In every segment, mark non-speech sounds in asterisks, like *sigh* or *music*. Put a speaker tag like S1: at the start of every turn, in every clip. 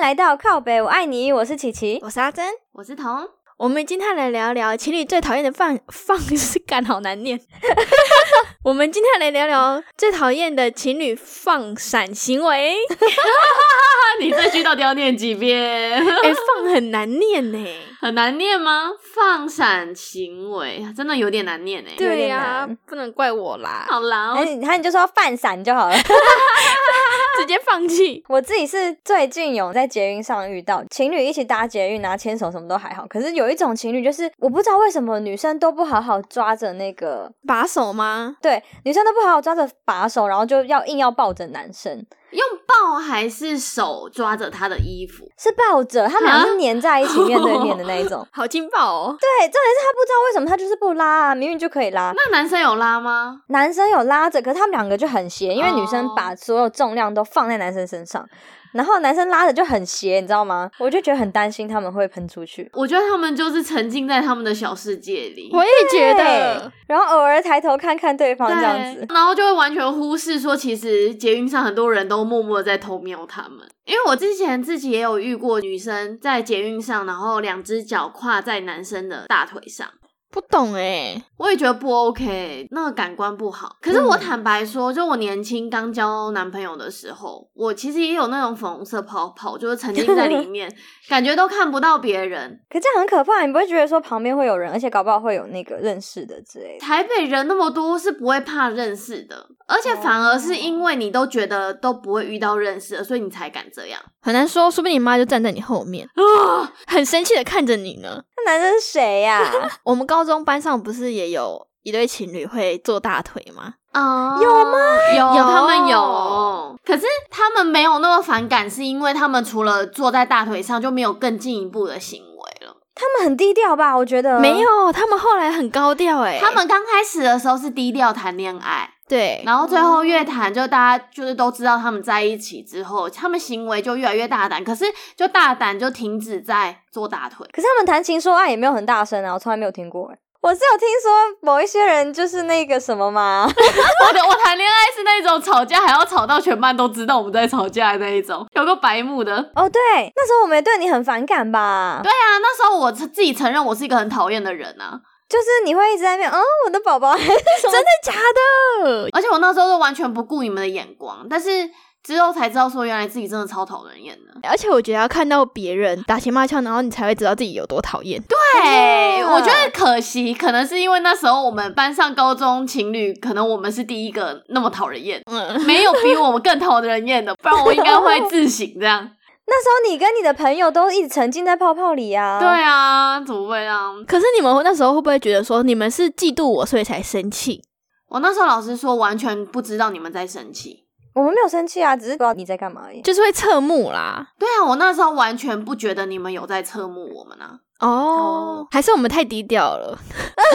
S1: 来到靠北，我爱你，我是琪琪。
S2: 我是阿珍，
S3: 我是彤，啊
S2: 我们今天来聊聊情侣最讨厌的放放是干好难
S1: *laughs*
S2: 念。我们今天来聊聊最讨厌的情侣放闪行为。
S3: 你这句到底要念几遍？
S2: *laughs*
S3: *laughs*
S2: 哎、放很难念 *laughs* 呢、
S3: 很难念吗？放闪行为真的有点难念哎。
S1: 有
S2: 对
S1: 点
S2: 呀、
S1: 难
S2: 不能怪我啦，
S3: 好啦，
S1: 那
S3: 我
S1: 哎你那你就说犯闪就好了。 *laughs*
S2: 直接放弃。
S1: 我自己是最近有在捷运上遇到情侣一起搭捷运拿牵手什么都还好，可是有一种情侣就是我不知道为什么女生都不好好抓着那个，
S2: 把手吗？
S1: 对，女生都不好好抓着把手，然后就要硬要抱着男生，
S3: 用抱还是手抓着他的衣服？
S1: 是抱着，他们俩是黏在一起面对面的那一
S2: *laughs*
S1: 种。 *laughs*
S2: 好劲爆哦！
S1: 对，重点是他不知道为什么他就是不拉啊，明明就可以拉。
S3: 那男生有拉吗？
S1: 男生有拉着，可是他们两个就很斜，因为女生
S3: 哦
S1: 把所有重量都放在男生身上，然后男生拉着就很斜，你知道吗？我就觉得很担心他们会喷出去。
S3: 我觉得他们就是沉浸在他们的小世界里。
S2: 我也觉得，
S1: 然后偶尔抬头看看对方
S3: 对
S1: 这样子。
S3: 然后就会完全忽视说，其实捷运上很多人都默默地在偷瞄他们。因为我之前自己也有遇过女生在捷运上，然后两只脚跨在男生的大腿上，
S2: 不懂哎、
S3: 我也觉得不 OK，那个感官不好。可是我坦白说，就我年轻刚交男朋友的时候，我其实也有那种粉红色泡泡，就是沉浸在里 *laughs* 面，感觉都看不到别人。
S1: 可这样很可怕，你不会觉得说旁边会有人，而且搞不好会有那个认识的之类的。
S3: 台北人那么多是不会怕认识的，而且反而是因为你都觉得都不会遇到认识的，所以你才敢这样。
S2: 很难说，说不定你妈就站在你后面，
S3: 啊，
S2: 很生气的看着你呢。
S1: 那男生是谁呀、
S2: 我们高中班上不是也有一对情侣会做大腿吗？
S3: 啊
S1: 有
S3: 吗？有，
S2: 有
S3: 他们有。可是他们没有那么反感，是因为他们除了坐在大腿上，就没有更进一步的行为了。
S1: 他们很低调吧？我觉得
S2: 没，有，他们后来很高调哎、
S3: 他们刚开始的时候是低调谈恋爱，
S2: 对，
S3: 然后最后越谈，就大家就是都知道他们在一起之后，他们行为就越来越大胆。可是就大胆就停止在做大腿。
S1: 可是他们谈情说爱也没有很大声啊，我从来没有听过哎、我是有听说某一些人就是那个什么嘛，
S3: *laughs* 我的我谈恋爱是那种吵架还要吵到全班都知道我们在吵架的那一种， *laughs* 有个白目的。
S1: 哦对，那时候我们也对你很反感吧？
S3: 对啊，那时候我自己承认我是一个很讨厌的人啊，
S1: 就是你会一直在那边，嗯，我的宝 *laughs* 宝，
S2: 真的假的？
S3: 而且我那时候都完全不顾你们的眼光，但是之后才知道说原来自己真的超讨人厌的。
S2: 而且我觉得要看到别人打情骂俏，然后你才会知道自己有多讨厌。对，
S3: 对，
S1: 真的
S3: 我觉得可惜，可能是因为那时候我们班上高中情侣，可能我们是第一个那么讨人厌，
S2: 嗯，
S3: 没有比我们更讨人
S1: *laughs*
S3: 厌的，不然我应该会自省这样。
S1: 那时候你跟你的朋友都一直沉浸在泡泡里啊。
S3: 对啊，怎么会这样？
S2: 可是你们那时候会不会觉得说你们是嫉妒我，所以才生气？
S3: 我那时候老师说，完全不知道你们在生气。
S1: 我们没有生气啊，只是不知道你在干嘛而已。 *laughs*
S2: 就是会侧目啦？
S3: 对啊，我那时候完全不觉得你们有在侧目我们啊。
S2: 哦，
S1: 哦
S2: 还是我们太低调了， *laughs*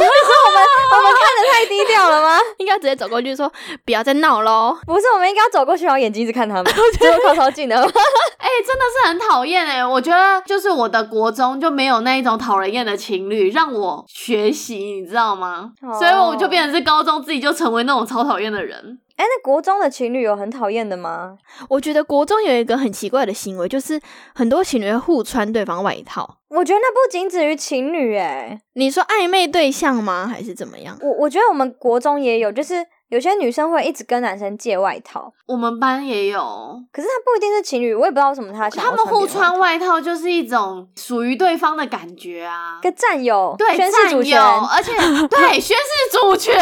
S1: 我们看的太低调了吗？ *laughs*
S2: 应该直接走过去说不要再闹喽。
S1: 不是，我们应该要走过去，然后眼睛一直看
S3: *laughs*
S1: 他们，结果靠超近的。 *laughs*
S3: 哎、真的是很讨厌哎！我觉得就是我的国中就没有那一种讨人厌的情侣让我学习，你知道吗
S1: 哦
S3: 所以我就变成是高中自己就成为那种超讨厌的人。
S1: 哎、那国中的情侣有很讨厌的吗？
S2: 我觉得国中有一个很奇怪的行为，就是很多情侣会互穿对方外套。
S1: 我觉得那不仅止于情侣、哎，
S2: 你说暧昧对象吗？还是怎么样？
S1: 我我觉得我们国中也有，就是有些女生会一直跟男生借外套，
S3: 我们班也有，
S1: 可是他不一定是情侣，我也不知道为什么他想
S3: 他
S1: 要
S3: 们互
S1: 别人
S3: 穿
S1: 的
S3: 外套就是一种属于对方的感觉啊。
S1: 跟战友
S3: 对，
S1: 宣誓主
S3: 占
S1: 权
S3: 有，
S1: *laughs*
S3: 而且对宣誓主权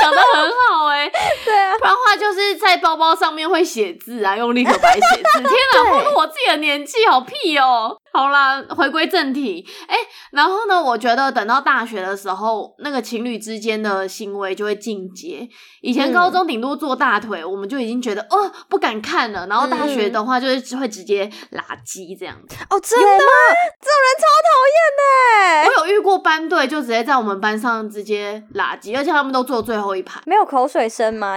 S3: 讲的很好哎、
S1: *laughs* 对啊，
S3: 不然的话就是在包包上面会写字啊，用立可白写
S1: *laughs*
S3: 字。天哪，
S2: 对
S3: 暴露我自己的年纪，好屁哦。好啦，回归正题。哎、然后呢，我觉得等到大学的时候，那个情侣之间的行为就会进阶。以前
S1: 嗯
S3: 高中顶多做大腿，我们就已经觉得哦不敢看了。然后大
S1: 嗯
S3: 学的话，就是会直接拉鸡这样子。
S2: 哦，真的
S1: 哎、
S3: 我有遇过班队，就直接在我们班上直接拉鸡，而且他们都坐最后一排。
S1: 没有口水声吗？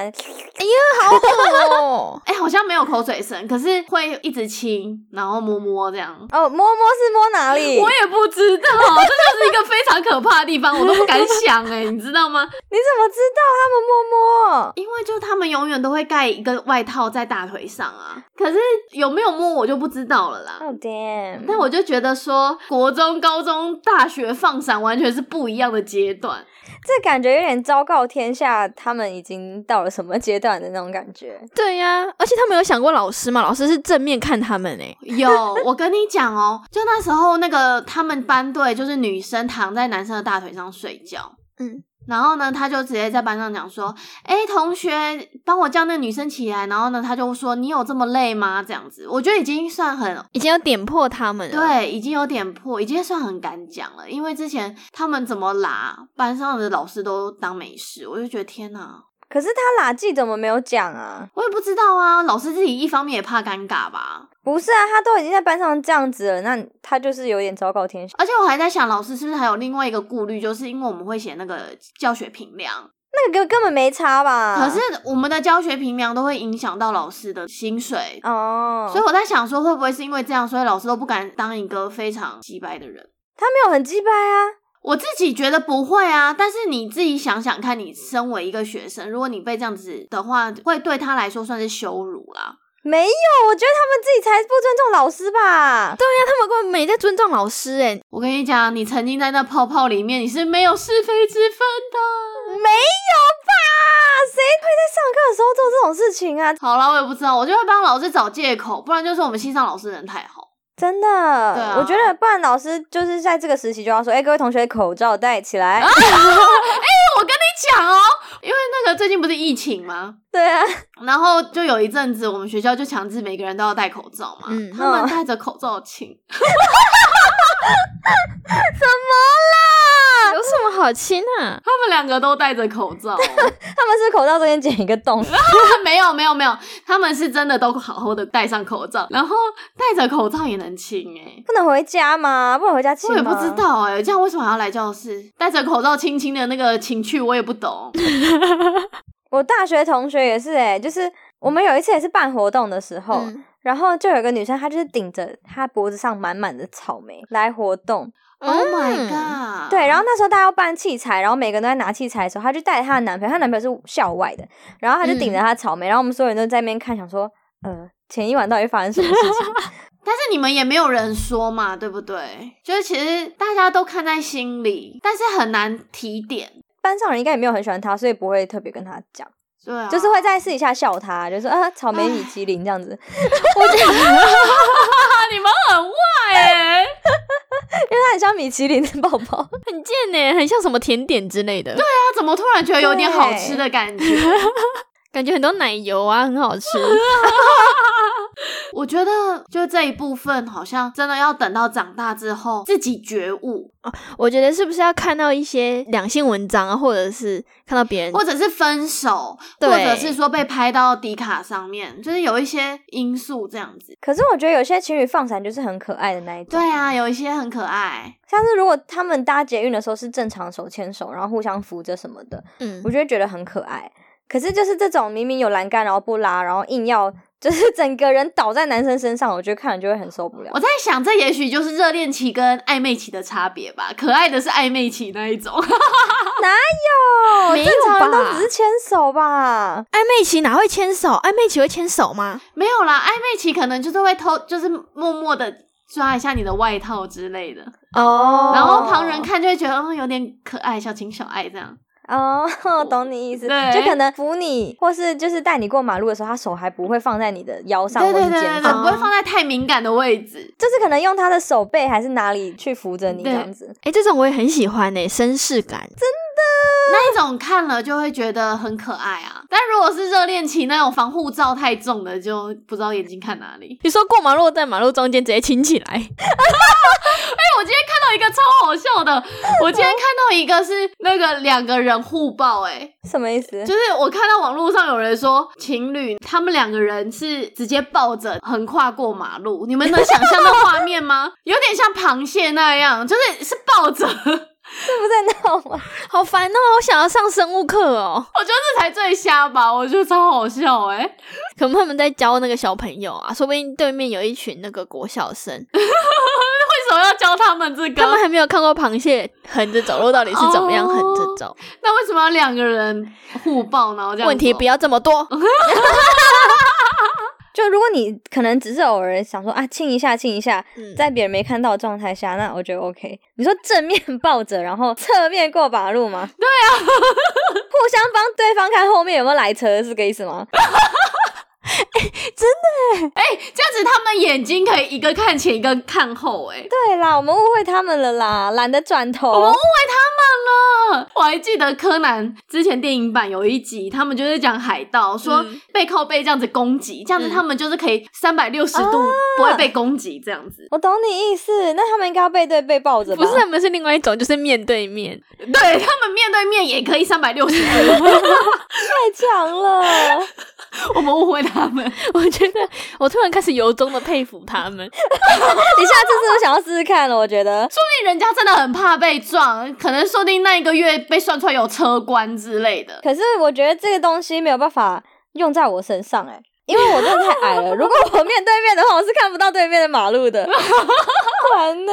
S2: 好 *laughs* 恶哦！
S3: 哎、好像没有口水声，可是会一直亲，然后摸摸这样。
S1: 哦，摸摸摸是摸哪里？
S3: 我也不知道，这就是一个非常可怕的地方，我都不敢想哎、你知道吗？
S1: 你怎么知道他们摸摸？
S3: *laughs* 因为就他们永远都会盖一个外套在大腿上啊，可是有没有摸我就不知道了啦。
S1: 哦、天，
S3: 但我就觉得说，国中、高中、大学放闪完全是不一样的阶段。
S1: 这感觉有点昭告天下，他们已经到了什么阶段的那种感觉。
S2: 对呀、而且他们有想过老师吗？老师是正面看他们哎、
S3: 有，我跟你讲哦，就那时候那个他们班队就是女生躺在男生的大腿上睡觉，
S2: 嗯，
S3: 然后呢，他就直接在班上讲说：“哎、同学，帮我叫那女生起来。”然后呢，他就说：“你有这么累吗？”这样子，我觉得已经算很
S2: 已经要点破他们了。，
S3: 对，已经有点破，已经算很敢讲了。因为之前他们怎么拉，班上的老师都当没事，我就觉得天哪，
S1: 可是他拉季怎么没有讲啊？
S3: 我也不知道啊。老师自己一方面也怕尴尬吧，
S1: 不是啊，他都已经在班上这样子了，那他就是有点昭告天下。
S3: 而且我还在想，老师是不是还有另外一个顾虑，就是因为我们会写那个教学评量，
S1: 那个根本没差吧？
S3: 可是我们的教学评量都会影响到老师的薪水，
S1: 哦，
S3: 所以我在想说，会不会是因为这样，所以老师都不敢当一个非常鸡掰的人。
S1: 他没有很鸡掰啊。
S3: 我自己觉得不会啊，但是你自己想想看，你身为一个学生，如果你被这样子的话，会对他来说算是羞辱啦。
S1: 没有，我觉得他们自己才不尊重老师吧？对，
S2: 他们根本没在尊重老师哎、
S3: 我跟你讲，你沉浸在那泡泡里面，你是没有是非之分的。
S1: 没有吧？谁会在上课的时候做这种事情啊？
S3: 好啦，我也不知道，我就会帮老师找借口，不然就是我们系上老师人太好。
S1: 真的，
S3: 啊
S1: 我觉得不然老师就是在这个时期就要说，哎、各位同学口罩戴起来。
S3: 啊我跟你讲哦，因为那个最近不是疫情吗？
S1: *laughs* 对啊，
S3: 然后就有一阵子，我们学校就强制每个人都要戴口罩嘛。
S2: 嗯
S3: 他们
S1: 嗯
S3: 戴着口罩亲，
S2: 啊，有什么好亲啊？
S3: 他们两个都戴着口罩哦、 *laughs*
S1: 他们是口罩中间剪一个洞，
S3: 没有没有没有，他们是真的都好好的戴上口罩，然后戴着口罩也能亲哎、
S1: 不能回家吗？不能回家亲
S3: 我
S1: 吗？
S3: 也不知道哎、这样为什么还要来教室？戴着口罩亲亲的那个情趣我也不懂。
S1: 嗯我大学同学也是、哎，就是我们有一次也是办活动的时候，
S2: 嗯
S1: 然后就有一个女生，她就是顶着她脖子上满满的草莓来活动，
S3: Oh my
S2: 嗯
S3: god！
S1: 对，然后那时候大家要搬器材，然后每个人都在拿器材的时候，她就带着她的男朋友，她男朋友是校外的，然后她就顶着
S3: 嗯
S1: 她的草莓，然后我们所有人都在那边看，想说，呃，前一晚到底发生什么事情？
S3: 但是你们也没有人说嘛，对不对？就是其实大家都看在心里，但是很难提点。
S1: 班上人应该也没有很喜欢她，所以不会特别跟她讲，
S3: 对啊，
S1: 就是会在私底下笑她，就说啊，草莓米其林这样子，
S3: 啊，你们很坏哎、
S1: 因为她很像米其林的宝宝。 *laughs*
S2: 很贱呢、很像什么甜点之类的。对，
S3: 他怎么突然觉得有点好吃的感觉？
S1: *laughs*
S2: 感觉很多奶油啊，很 *laughs* 好吃。
S3: 我觉得就这一部分，好像真的要等到长大之后自己觉悟，
S2: 我觉得是不是要看到一些两性文章啊，或者是看到别人
S3: 或者是分手，或
S2: 对
S3: 者是说被拍到迪卡上面，就是有一些因素这样子。
S1: 可是我觉得有些情侣放闪就是很可爱的那一种，
S3: 对啊，有一些很可爱，
S1: 像是如果他们搭捷运的时候是正常手牵手，然后互相扶着什么的，
S2: 嗯
S1: 我，就会觉得很可爱。可是就是这种明明有栏杆然后不拉，然后硬要就是整个人倒在男生身上，我觉得看了就会很受不了
S3: 我。在想，这也许就是热恋期跟暧昧期的差别吧。可爱的是暧昧期那一种， *laughs*
S1: 哦，
S2: 没有
S1: 正常人
S2: 吧
S1: 都只是牵手吧？
S2: 暧昧期哪会牵手？暧昧期会牵手吗？
S3: 没有啦，暧昧期可能就是会偷，就是默默的抓一下你的外套之类的，
S1: 哦
S3: 然后旁人看就会觉得，嗯，有点可爱，小情小爱这样。 *laughs*
S1: 哦，懂你意思，
S3: 对
S1: 就可能扶你，或是就是带你过马路的时候，他手还不会放在你的腰上
S3: 对
S1: 或
S3: 对
S1: 是
S3: 对对
S1: 肩
S3: 对，
S1: 上
S3: 不，会放在太敏感的位置。
S1: 就是可能用他的手背还是哪里去扶着你这
S3: 对
S1: 样子。
S2: 哎、这种我也很喜欢呢、绅士感。
S3: *laughs* 那一种看了就会觉得很可爱啊，但如果是热恋期那种防护罩太重的，就不知道眼睛看哪 *laughs* 里。
S2: 你说过马路在马路中间直接亲起来，
S3: 哎我今天看到一个超好笑 *laughs* 的，我今天看到一个是那个两个人互抱、欸，
S1: 什么意思？
S3: 就是我看到网络上有人说情侣他们两个人是直接抱着横跨过马路，你们能想象那画面吗？有点像螃蟹那样，就是是抱着，我觉得
S1: 是不在闹吗？
S2: *laughs*
S1: *laughs*
S2: 好烦哦！我想要上生物课哦。 *laughs*
S3: 这才最瞎吧，我觉得超好笑哎、
S2: *laughs* 可能他们在教那个小朋友啊，说不定对面有一群那个国小生，
S3: 时候要教他们这
S2: 他们
S3: 个？
S2: 还没有看过螃蟹横着走路到底是怎么样横着走。
S3: 那为什么要两个人互抱，然后这样？
S2: 问题不
S3: 要。
S2: 要这么 *laughs* 多，
S1: 就如果你可能只是偶尔想说啊亲一下亲一下，
S2: 嗯
S1: 在别人没看到的状态下，那我觉得 OK。你说正面抱着，然后侧面过马路吗？对啊， *laughs* 互相帮对方看后面有没有来车，是这个意思吗？
S3: 哎、这样子他们眼睛可以一个看前，一个看后、哎，
S1: 对啦，我们误会他们了啦，懒得转头。
S3: 我们误会他们了。我还记得柯南之前电影版有一集，他们就是讲海盗，说
S2: 嗯
S3: 背靠背这样子攻击，这样子
S2: 嗯啊
S3: 他们就是可以三百六十度不会被攻击，这样子。
S1: 我懂你意思，那他们应该要背对背抱着吧？
S2: 不是他们是另外一种，就是面对 *laughs* 面。
S3: 对他们面对面也可以三百六十度。
S2: *laughs*
S1: 太强 *laughs* 了。
S3: 我们误会他们，
S2: 我觉得我突然开始由衷的佩服他们。
S1: 你下次是不是想要试试看了？我觉得
S3: 说不定人家真的很怕被撞，可能说不定那一个月被算出来有车关之类的。
S1: *laughs* 可是我觉得这个东西没有办法用在我身上哎、因为我真的太矮 *laughs* 了。如果我面对面的话，我是看不到对面的马路的，不然呢？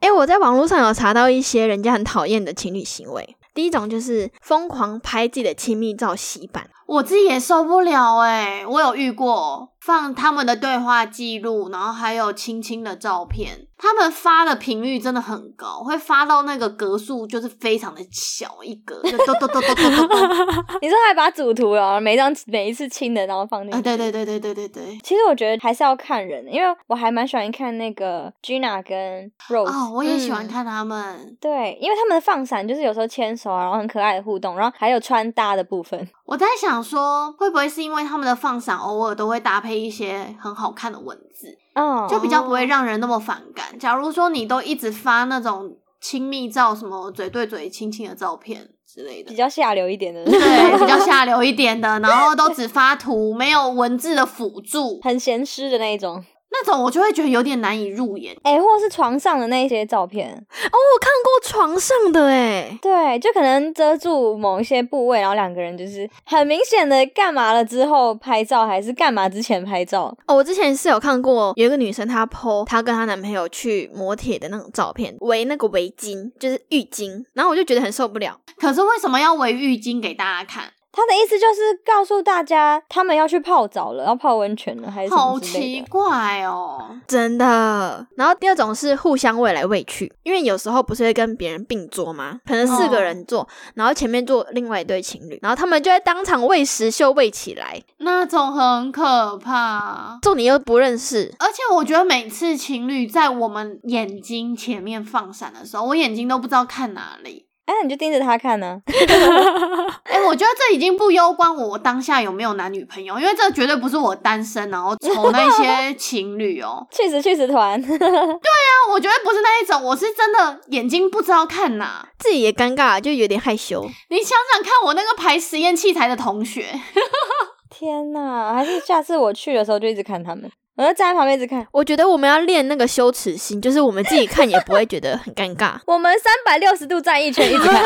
S2: 哎、我在网络上有查到一些人家很讨厌的情侣行为。第一种就是疯狂拍自己的亲密照洗版，
S3: 我自己也受不了哎、我有遇过放他们的对话记录，然后还有亲亲的照片，他们发的频率真的很高，会发到那个格数就是非常的小一格，就咚咚咚咚咚咚咚。
S1: 你说还把主图然后每一张每一次亲的，然后放进去。
S3: 啊，对对对对对对对。
S1: 其实我觉得还是要看人，因为我还蛮喜欢看那个 Gina 跟 Rose，、
S3: 哦，我也喜欢
S2: 嗯
S3: 看他们。
S1: 对，因为他们的放闪就是有时候牵手啊，然后很可爱的互动，然后还有穿搭的部分。
S3: 我在想说，会不会是因为他们的放闪偶尔都会搭配一些很好看的文字，
S1: 嗯，
S3: 就比较不会让人那么反感。假如说你都一直发那种亲密照，什么嘴对嘴亲亲的照片之类
S1: *laughs*
S3: 的
S1: 比，较下流一点的，
S3: 对，比较下流一点的，然后都只发图，没有文字的辅助，
S1: 很闲湿的那一种。
S3: 那种我就会觉得有点难以入眼。
S1: 哎、或是床上的那一些照片，
S2: 我看过床上的哎、
S1: 对，就可能遮住某一些部位，然后两个人就是很明显的干嘛了之后拍照，还是干嘛之前拍照？
S2: 哦，我之前是有看过有一个女生她 PO 她跟她男朋友去磨铁的那种照片，围那个围巾就是浴巾，然后我就觉得很受不了。
S3: 可是为什么要围浴巾给大家看？
S1: 他的意思就是告诉大家他们要去泡澡了，要泡温泉了，还是什
S3: 好
S1: 么之类
S3: 奇
S1: 的。
S3: 怪哦！
S2: 真的。然后第二种是互相喂来喂去，因为有时候不是会跟别人并桌吗？可能四个人坐，然后前面坐另外一对情侣，然后他们就会当场喂食秀喂起来，
S3: 那种很可怕。
S2: 重点又不认识。
S3: 而且我觉得每次情侣在我们眼睛前面放闪的时候，我眼睛都不知道看哪里。
S1: 哎、那你就盯着他看呢、
S3: 哎、我觉得这已经不攸关我当下有没有男女朋友，因为这绝对不是我单身然后 *laughs* 瞅那些情侣哦。
S1: 去死去死团， *laughs*
S3: 那我觉得不是那一种，我是真的眼睛不知道看哪。
S2: 自己也尴尬，就有点害羞。
S3: 你想想看，我那个排实验器材的同学，
S1: 天哪！还是下次我去的时候就一直看他们，我就站在旁边一直看。。
S2: 我觉得我们要练那个羞耻心，就是我们自己看也不会觉得很尴尬
S1: 我们三百六十度站一圈，一直 *laughs* 看，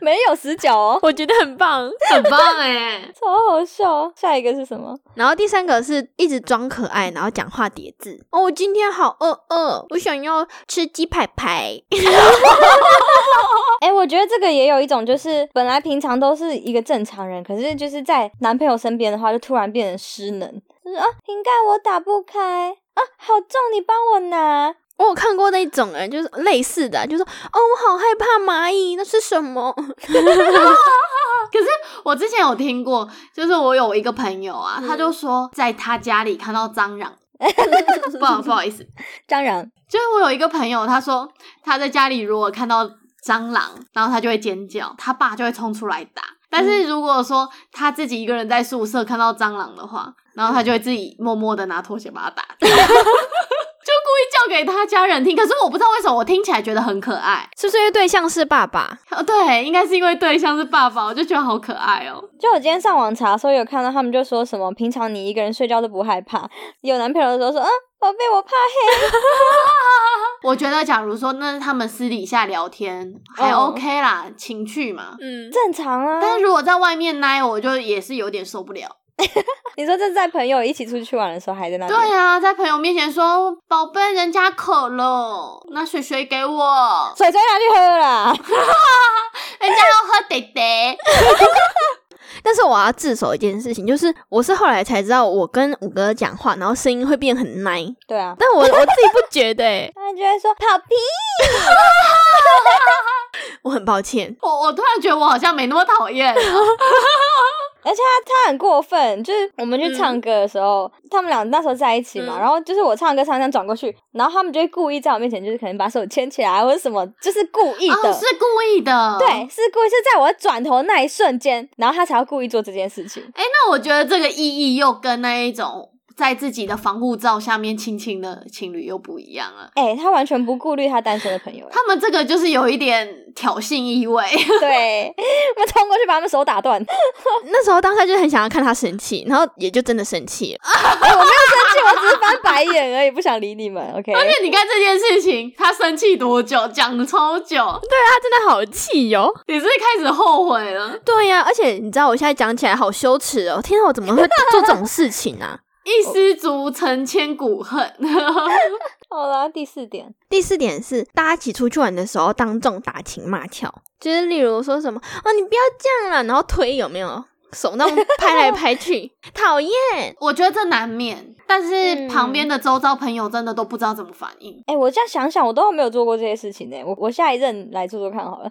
S1: 没有死角哦，
S2: 我觉得很棒。
S3: 很棒哎、
S1: 超好笑。下一个是什么？
S2: 然后第三个是一直装可爱，然后讲话叠字。哦，我今天好饿饿，我想要吃鸡排排。
S1: 哎、我觉得这个也有一种，就是本来平常都是一个正常人，可是就是在男朋友身边的话，就突然变成失能，就是啊，瓶盖我打不开啊，好重，你帮我拿。
S2: 我有看过那种人，就是类似的，就说哦，我好害怕蚂蚁，那是什么？
S3: *laughs*
S2: *laughs*
S3: 我之前有听过，就是我有一个朋友啊，
S2: 嗯
S3: 他就说在他家里看到蟑 *laughs* 螂，不好不好意思，
S1: 当然，
S3: 就是我有一个朋友，他说他在家里如果看到蟑螂，然后他就会尖叫，他爸就会冲出来打。但是如果说他自己一个人在宿舍看到蟑螂的话，然后他就会自己默默的拿拖鞋把它打掉。就叫给他家人听，可是我不知道为什么我听起来觉得很可爱。
S2: 是不是因为对象是爸爸？
S3: 哦，对，应该是因为对象是爸爸，我就觉得好可爱哦。
S1: 就我今天上网查的时候，有看到他们就说什么，平常你一个人睡觉都不害怕，有男朋友的时候说，嗯，宝贝，我怕
S3: 我觉得假如说那是他们私底下聊天还
S1: 哦
S3: OK 啦，情趣嘛。
S2: 嗯，
S1: 正常啊。
S3: 但是如果在外面奶，我就也是有点受不了。
S1: 你说这是在朋友一起出去玩的时候还在那里，
S3: 对啊，在朋友面前说宝贝，人家渴了，拿水水给我，
S1: 水水拿去喝啦。 *laughs*
S3: 人家要喝得得。
S2: 但是我要自首一件事情，就是我是后来才知道，我跟五哥讲话，然后声音会变很奶，
S1: 对啊，
S2: 但我我自己不觉得、 *laughs* 欸，
S1: 他就会说跑屁，
S2: 我很抱歉。
S3: *laughs* 我我突然觉得我好像没那么讨厌了，
S1: 而且他他很过分，就是我们去唱歌的时候，他们俩那时候在一起嘛，
S2: 嗯
S1: 然后就是我唱歌唱一唱转过去，然后他们就会故意在我面前就是可能把手牵起来或者什么，就是哦故意的。
S3: 哦，是故意的。
S1: 对，是故意是在我转头那一瞬间，然后他才要故意做这件事情。
S3: 哎、那我觉得这个意义又跟那一种在自己的防护罩下面亲亲的情侣又不一样了。
S1: 哎、他完全不顾虑他单身的朋 *laughs* 友。
S3: 他们这个就是有一点挑衅意味， *laughs*
S1: 对，我们冲过去把他们手打断。哎、
S2: 那时候当下就很想要看他生气，然后也就真的生气了。
S1: 哎我没有生气，我只是翻白眼而已，不想理你们。OK，
S3: 而且你看这件事情，他生气多久，讲了超久，
S2: 对啊，他真的好气哦哟、
S3: 你是不是开始后悔了，
S2: 对呀、而且你知道我现在讲起来好羞耻哦！天啊，我怎么会做这种事情啊？
S3: 一失足成千古恨。
S1: *laughs* 好啦，第四点，
S2: 第四点是，大家一起出去玩的时候当众打情骂俏，就是例如说什么哦，你不要这样啦，然后推有没有？手那种拍来拍去，讨厌。
S3: 我觉得这难免，但是
S1: 嗯
S3: 旁边的周遭朋友真的都不知道怎么反应。 *laughs*
S1: 哎、我这样想想，我都没有做过这些事情呢、我我下一任来做做看好了。 *laughs*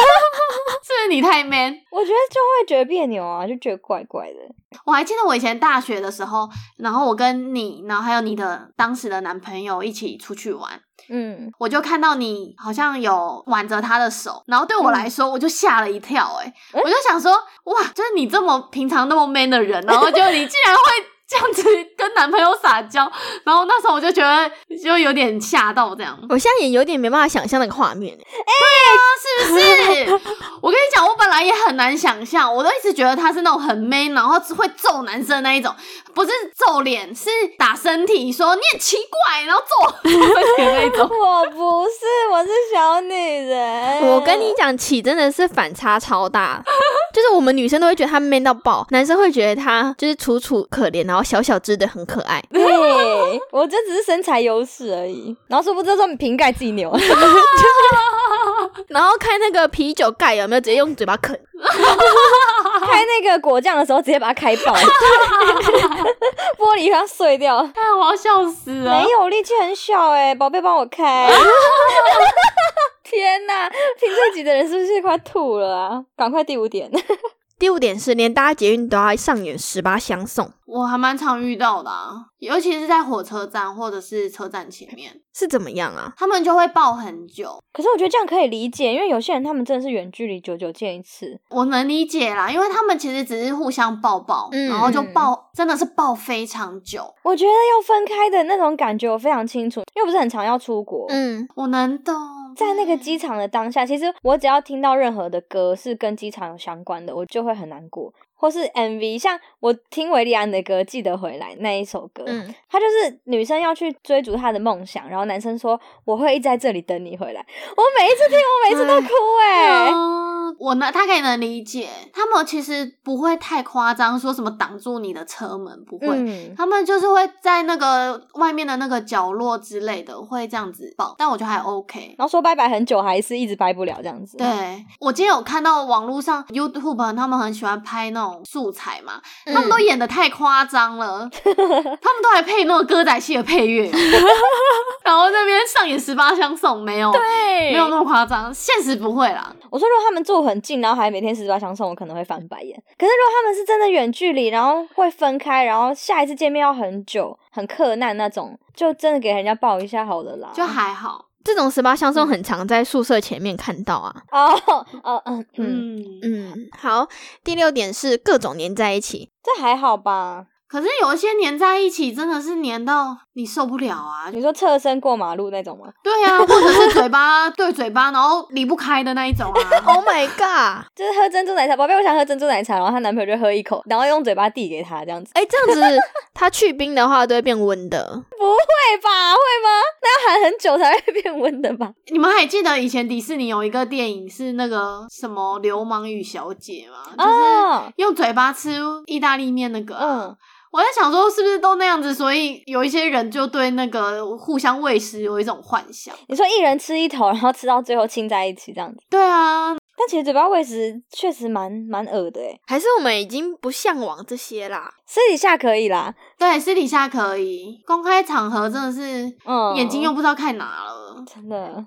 S3: 是不是你太 man？
S1: 我觉得就会觉得别扭啊，就觉得怪怪的。
S3: 我还记得我以前大学的时候，然后我跟你，然后还有你的当时的男朋友一起出去玩，
S1: 嗯，
S3: 我就看到你好像有挽着他的手，然后对我来说，我就吓了一跳、欸，
S1: 嗯
S3: 我就想说，哇，就是你这么平常那么 man 的人，然后就你竟然会这样子跟男朋友撒娇，然后那时候我就觉得就有点吓到这样，
S2: 我现在也有点没办法想象那个画面，
S3: 是不是？ *laughs* 我跟你讲，我本来也很难想象，我都一直觉得他是那种很 man，然后只会揍男生那一种，不是揍脸，是打身体，说你很奇怪，然后揍揍身体的那一种。
S1: 我不是，我是小女人。
S2: *laughs* 我跟你讲，起真的是反差超大，就是我们女生都会觉得他 man 到爆，男生会觉得他就是楚楚可怜，然后小小只的很可爱。
S1: 对， *laughs* 我这只是身材优势而已。然后殊不知说你瓶盖自己扭，
S2: 然后开那个啤酒盖有没有直接用嘴巴啃？
S1: *laughs* 开那个果酱的时候直接把它开爆， *laughs* 玻璃让它碎掉。
S3: 哎，我要笑死了！
S2: 啊
S1: 没有，力气很小哎、宝贝帮我
S2: *laughs*
S1: 开。天哪，听这集的人是不是快吐了啊？赶快第五点，
S2: 第五点是连搭捷运都要上演十八相送，
S3: 我还蛮常遇到的、啊，尤其是在火车站或者是车站前面，
S2: 是怎么样啊？
S3: 他们就会抱很久。
S1: 可是我觉得这样可以理解，因为有些人他们真的是远距离久久见一次，
S3: 我能理解啦，因为他们其实只是互相抱抱，
S2: 嗯
S3: 然后就抱，真的是抱非常久。
S1: 我觉得要分开的那种感觉我非常清楚，因为我不是很常要出国，
S2: 嗯，
S3: 我能懂，
S1: 在那个机场的当下，其实我只要听到任何的歌是跟机场有相关的，我就会很难过。或是 MV，像我听维利安的歌《记得回来》那一首歌，
S2: 嗯
S1: 他就是女生要去追逐她的梦想，然后男生说我会一直在这里等你回来。我每一次听，我每一次都哭哎、
S3: 哦我能大概能理解，他们其实不会太夸张，说什么挡住你的车门不会。
S1: 嗯，
S3: 他们就是会在那个外面的那个角落之类的，会这样子抱，但我觉得还 OK。
S1: 然后说拜拜很久，还是一直拜不了这样子。，
S3: 对，我今天有看到网络上 YouTube 他们很喜欢拍那种素材嘛，他
S2: 他
S3: 们都演的太夸张了，他们都还配那个歌仔戏的配乐，然后那边上演十八相送，没有，
S2: 对
S3: 没有那么夸张，现实不会啦。
S1: 我说如果他们住很近，然后还每天十八相送，我可能会翻白眼。可是如果他们是真的远距离，然后会分开，然后下一次见面要很久，很克难那种，就真的给人家抱一下好了啦。
S3: 就还好。
S2: 这种十八相送很常在宿舍前面看到啊。
S1: 哦哦嗯嗯，
S3: 嗯，
S2: 嗯，好，第六点是各种黏在一起，
S1: 这还好吧？
S3: 可是有一些粘在一起，真的是粘到你受不
S1: *laughs*
S3: 了啊！
S1: 你说侧身过马路那种吗？
S3: 对啊，或者是嘴巴对嘴巴，然后离不开的那一种啊。
S1: *laughs*
S2: Oh my god！
S1: 就是喝珍珠奶茶，宝贝，我想喝珍珠奶茶，然后她男朋友就喝一口，然后用嘴巴递给她这样子，
S2: *laughs* 哎、这样子它去冰的话都会变温的。
S1: 会吧？会吗？那要喊很久才会变温的吧？
S3: 你们还记得以前迪士尼有一个电影是那个什么《流氓与小姐》吗？就是
S1: 哦，
S3: 用嘴巴吃意大利面那个啊、
S1: 嗯，
S3: 我在想说是不是都那样子，所以有一些人就对那个互相喂食有一种幻想。
S1: 你说一人吃一头，然后吃到最后亲在一起这样子，
S3: 对啊，
S1: 但其实嘴巴喂食确实蛮蛮恶的诶，
S2: 还是我们已经不向往这些啦。
S1: 私底下可以啦，
S3: 对，私底下可以，公开场合真的是
S1: 嗯，
S3: 眼睛又不知道看哪了。
S1: 真的。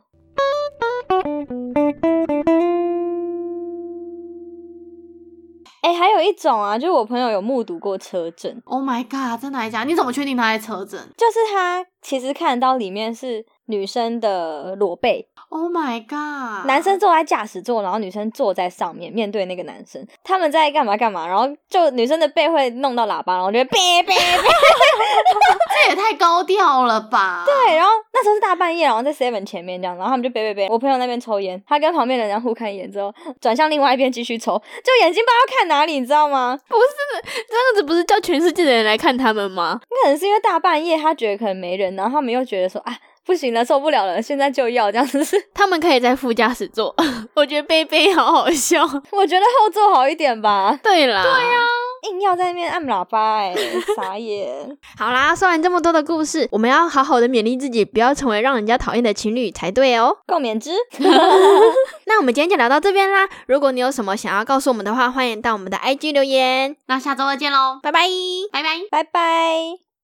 S1: 哎、还有一种啊，就是我朋友有目睹过车震，
S3: Oh my god！真的还假？你怎么确定他在车震
S1: 就是他其实看到里面是女生的裸背，
S3: ？Oh my god！
S1: 男生坐在驾驶座，然后女生坐在上面，面对那个男生，他们在干嘛干嘛，然后就女生的背会弄到喇叭，然后就会 *laughs* 哔哔哔。
S3: 这也太高调了吧？
S1: 对，然后那时候是大半夜，然后在 seven 前面这样，然后他们就哔哔哔。我朋友那边抽烟，他跟旁边的人互看一眼之后，转向另外一边继续抽，就眼睛不知道看哪里，你知道吗？
S2: 这样子不是叫全世界的人来看他们吗？
S1: 可能是因为大半夜，他觉得可能没人，然后他们又觉得说啊不行了，受不了了，现在就要这样子。 *laughs*
S2: 他们可以在副驾驶座， *laughs* 我觉得贝贝好好笑。
S1: 我觉得后座好一点吧，
S2: 对啦，对呀、
S1: 硬要在那边按喇叭、欸，傻眼。
S2: 好啦，说完这么多的故事，我们要好好的勉励自己，不要成为让人家讨厌的情侣才对哦。
S1: 共勉之，
S2: 那我们今天就聊到这边啦。如果你有什么想要告诉我们的话，欢迎到我们的 IG 留言。
S3: 那下周再见喽，
S2: 拜拜。
S3: 拜拜。
S1: 拜拜。